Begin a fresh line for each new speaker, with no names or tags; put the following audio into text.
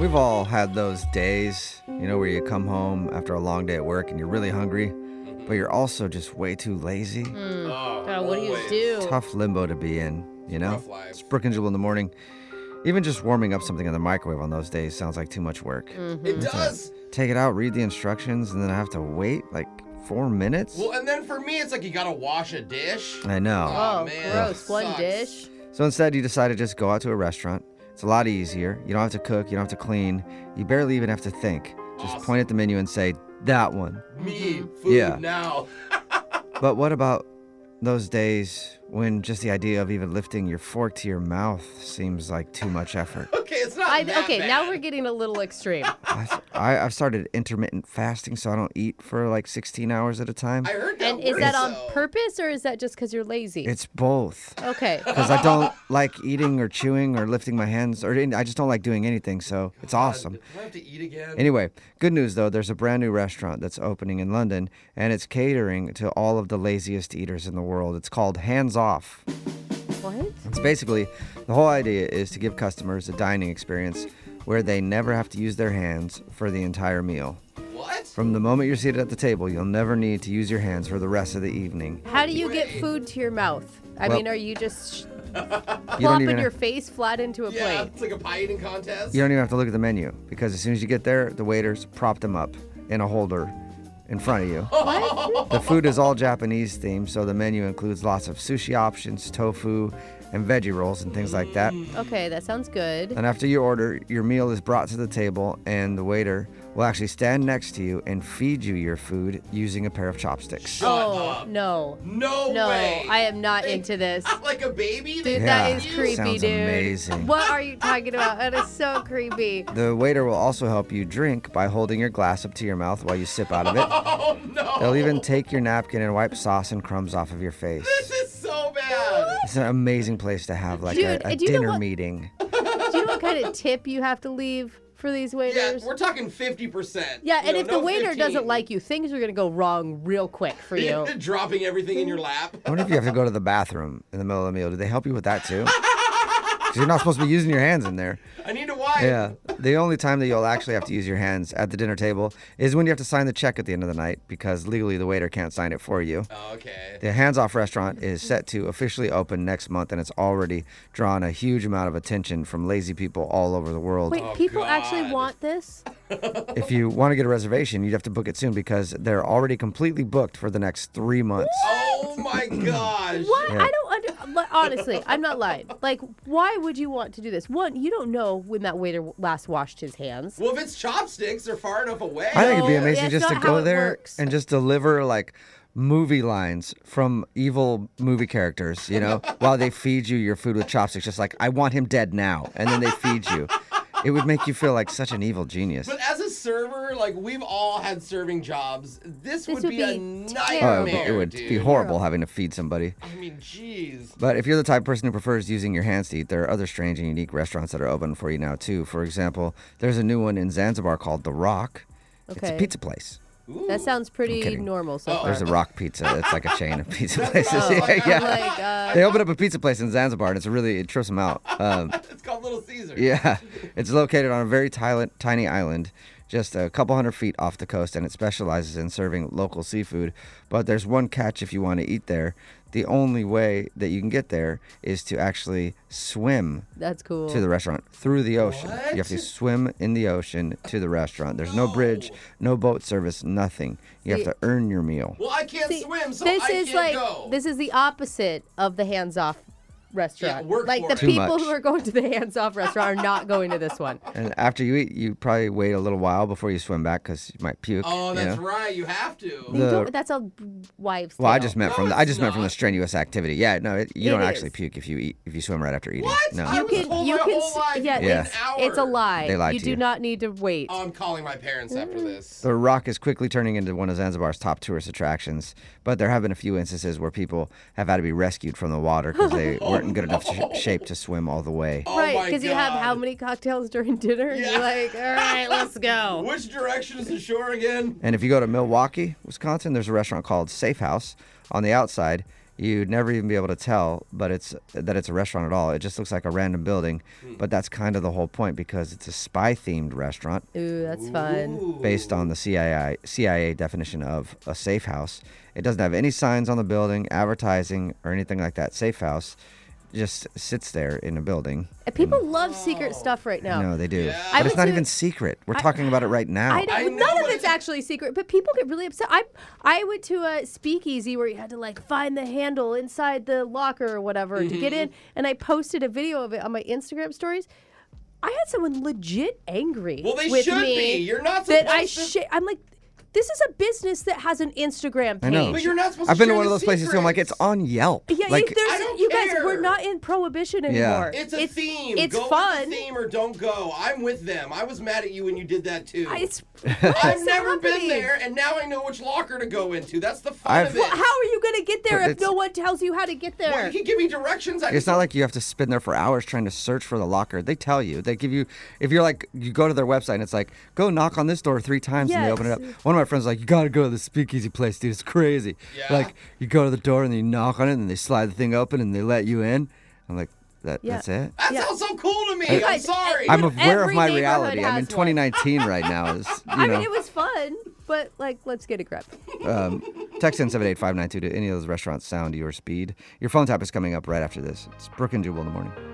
We've all had those days, you know, where you come home after a long day at work and you're really hungry, but you're also just way too lazy.
Oh,
God, Mm-hmm. Uh, what do you
always.
do?
Tough limbo to be in, you know?
Rough life.
It's Brook and Jewel in the morning. Even just warming up something in the microwave on those days sounds like too much work.
Mm-hmm.
It does.
Take it out, read the instructions, and then I have to wait like four minutes?
Well, and then for me, it's like you gotta wash a dish.
I know.
Aw,
Oh,
man,
gross.
that
One
sucks.
dish.
So instead, you decide to just go out to a restaurant. It's a lot easier. You don't have to cook, you don't have to clean, you barely even have to think. Just
Awesome.
point at the menu and say, that one.
Me,
Mm-hmm.
food
Yeah.
now.
But what about those days when just the idea of even lifting your fork to your mouth seems like too much effort?
Okay, it's not.
I,
that
okay, now
bad.
we're getting a little extreme.
I, I, I've started intermittent fasting, so I don't eat for like 16 hours at a time.
I heard that.
and is
works,
that on
though.
purpose or is that just because you're lazy?
It's both.
okay.
Because I don't like eating or chewing or lifting my hands, or any- I just don't like doing anything, so it's awesome.
Do I have to eat again?
Anyway, good news though, there's a brand new restaurant that's opening in London, and it's catering to all of the laziest eaters in the world. It's called Hands Off.
what?
It's basically the whole idea is to give customers a dining experience where they never have to use their hands for the entire meal.
what?
From the moment you're seated at the table, you'll never need to use your hands for the rest of the evening.
How do you get food to your mouth? I
Well-
mean, are you just sh-
You don't
plopping
even
your face flat into a
Yeah,
plate?
it's like a pie eating contest.
you don't even have to look at the menu because as soon as you get there, the waiters prop them up in a holder in front of you.
What?
The food is all Japanese themed, so the menu includes lots of sushi options, tofu, and veggie rolls and things like that.
Okay, that sounds good.
And after you order, your meal is brought to the table, and the waiter will actually stand next to you and feed you your food using a pair of chopsticks.
Shut
oh,
up.
no.
No,
No,
way.
I am not
They-
into this.
Like a baby. They
Dude,
Yeah.
that is creepy,
Sounds
dude.
amazing.
What are you talking about? That is so creepy.
The waiter will also help you drink by holding your glass up to your mouth while you sip out of it.
Oh no.
They'll even take your napkin and wipe sauce and crumbs off of your face.
This is so bad.
It's an amazing place to have like
Dude,
a, a
do you know
dinner
what-
meeting.
Do you know what kind of tip you have to leave for these
Yeah,
waiters?
we're talking 50%.
Yeah,
You
and
know,
if
no
the waiter
15.
doesn't like you, things are gonna go wrong real quick for you.
dropping everything in your lap.
I wonder if you have to go to the bathroom in the middle of the meal. Do they help you with that too? 'Cause you're not supposed to be using your hands in there.
I need a wipe.
Yeah. The only time that you'll actually have to use your hands at the dinner table is when you have to sign the check at the end of the night because legally the waiter can't sign it for you.
Oh, Okay.
The Hands Off restaurant is set to officially open next month and it's already drawn a huge amount of attention from lazy people all over the world.
Wait, people actually
Oh, God.
want this?
If you want to get a reservation, you'd have to book it soon because they're already completely booked for the next three months.
Oh my gosh.
Why?
Yeah.
I don't under, li- honestly. I'm not lying. Like, why would you want to do this? One, you don't know when that waiter w- last washed his hands.
Well, if it's chopsticks, they're far enough away.
I think it'd be
No,
amazing
that's
just to
not how
go
it
there
works.
and just deliver like movie lines from evil movie characters, you know, while they feed you your food with chopsticks, just like, I want him dead now. And then they feed you. It would make you feel like such an evil genius.
But as a server, like we've all had serving jobs, this, would,
would
be, a
be
Oh,
nightmare.
it would be- it would
dude.
be horrible having to feed somebody.
I mean, jeez.
But if you're the type of person who prefers using your hands to eat, there are other strange and unique restaurants that are open for you now, too. For example, there's a new one in Zanzibar called The Rock. It's a
Okay.
pizza place.
That sounds pretty
kidding.
normal so far.
There's a Rock Pizza. It's like a chain of pizza places.
Oh,
yeah, yeah.
Like, uh,
They opened up a pizza place in Zanzibar, and it's really it trips them out. Um,
It's called Little Caesar.
yeah, it's located on a very tiny, tiny island, just a couple hundred feet off the coast, and it specializes in serving local seafood. But there's one catch if you want to eat there. The only way that you can get there is to actually swim
that's cool.
to the restaurant through the ocean. You have to
What?
swim in the ocean to the restaurant. There's no, bridge, no boat service, nothing. You
See-
have to earn your meal.
Well, I can't
See,
swim, so
this
I
is
can't
like
go.
this is the opposite of the hands off restaurant.
Yeah, work
like
for
the
it.
Too
people
much.
who are going to the hands off restaurant are not going to this one.
And after you eat, you probably wait a little while before you swim back because you might puke.
oh,
you
that's
know?
right. You have to.
You
The-
don't- that's a wives.
Well, I
tale.
just meant
No,
from the,
it's
I just meant from the
not.
strenuous activity. Yeah, no, it, you
It
don't actually
is.
puke if you eat if you swim right after eating.
What?
No,
I was told my whole
s-
life
yeah,
it's
Yeah.
an hour.
It's a lie.
They lied
you
to
do
you.
not need to wait.
Oh, I'm calling my parents after
Mm.
this.
the Rock is quickly turning into one of Zanzibar's top tourist attractions. But there have been a few instances where people have had to be rescued from the water because they weren't in good enough sh- shape to swim all the way.
Oh
right,
my
you have how
God.
many cocktails during dinner? And
Yeah.
You're like, all right, let's go.
Which direction is the shore again?
And if you go to Milwaukee, Wisconsin, there's a restaurant called Safe House. On the outside, You'd never even be able to tell, but it's that it's a restaurant at all. It just looks like a random building,
Hmm.
but that's kind of the whole point because it's a spy-themed restaurant
Ooh, that's fun.
based on the CIA CIA definition of a safe house. It doesn't have any signs on the building, advertising, or anything like that. Safe house just sits there in a building.
And People love secret stuff right now.
No, they do.
Yeah. I
But it's
went
not
to-
even secret. We're talking about it right now.
I know,
I
well,
know
none of
what
it's
it-
actually secret, but people get really upset. I I went to a speakeasy where you had to like find the handle inside the locker or whatever to get in,
Mm-hmm.
and I posted a video of it on my Instagram stories. I had someone legit angry.
Well, they
with
should
me
be. You're not
that I
supposed
sh- I'm like, this is a business that has an Instagram page.
I know.
But you're not supposed
I've
to
been to
share
one of
the
those places too. I'm like, it's
secrets.
on Yelp.
Yeah,
like,
if there's
I don't
you guys.
care.
We're not in prohibition
Yeah.
anymore.
It's a theme.
It's
go with
fun.
the theme or don't go. I'm with them. I was mad at you when you did that too.
I- It's,
I've
what's
never been
happening?
there, and now I know which locker to go into. That's the fun
I've-
of it.
Well,
How are you gonna get there
But
if
it's-
no one tells you how to get there?
Well, you can give me directions. I
It's
can-
not like you have to spend there for hours trying to search for the locker. They tell you. They give you. If you're like, you go to their website and it's like, go knock on this door three times and they open it up.
Yes.
One of my friends was like, you gotta go to the speakeasy place, dude. It's crazy.
Yeah.
Like, you go to the door and then you knock on it and they slide the thing open and they let you in. I'm like, that,
Yeah.
that's it.
That
Yeah.
sounds so cool to me.
You
I'm
guys-
sorry.
I'm
But
aware of
every
my
neighborhood
reality. I'm in
has one.
2019 right now. Is you
I
know,
mean, it was fun, but like, let's get a grip.
text in seven eight five nine two to any of those restaurants sound your speed. Your phone tap is coming up right after this. It's Brooke and Jubal in the morning.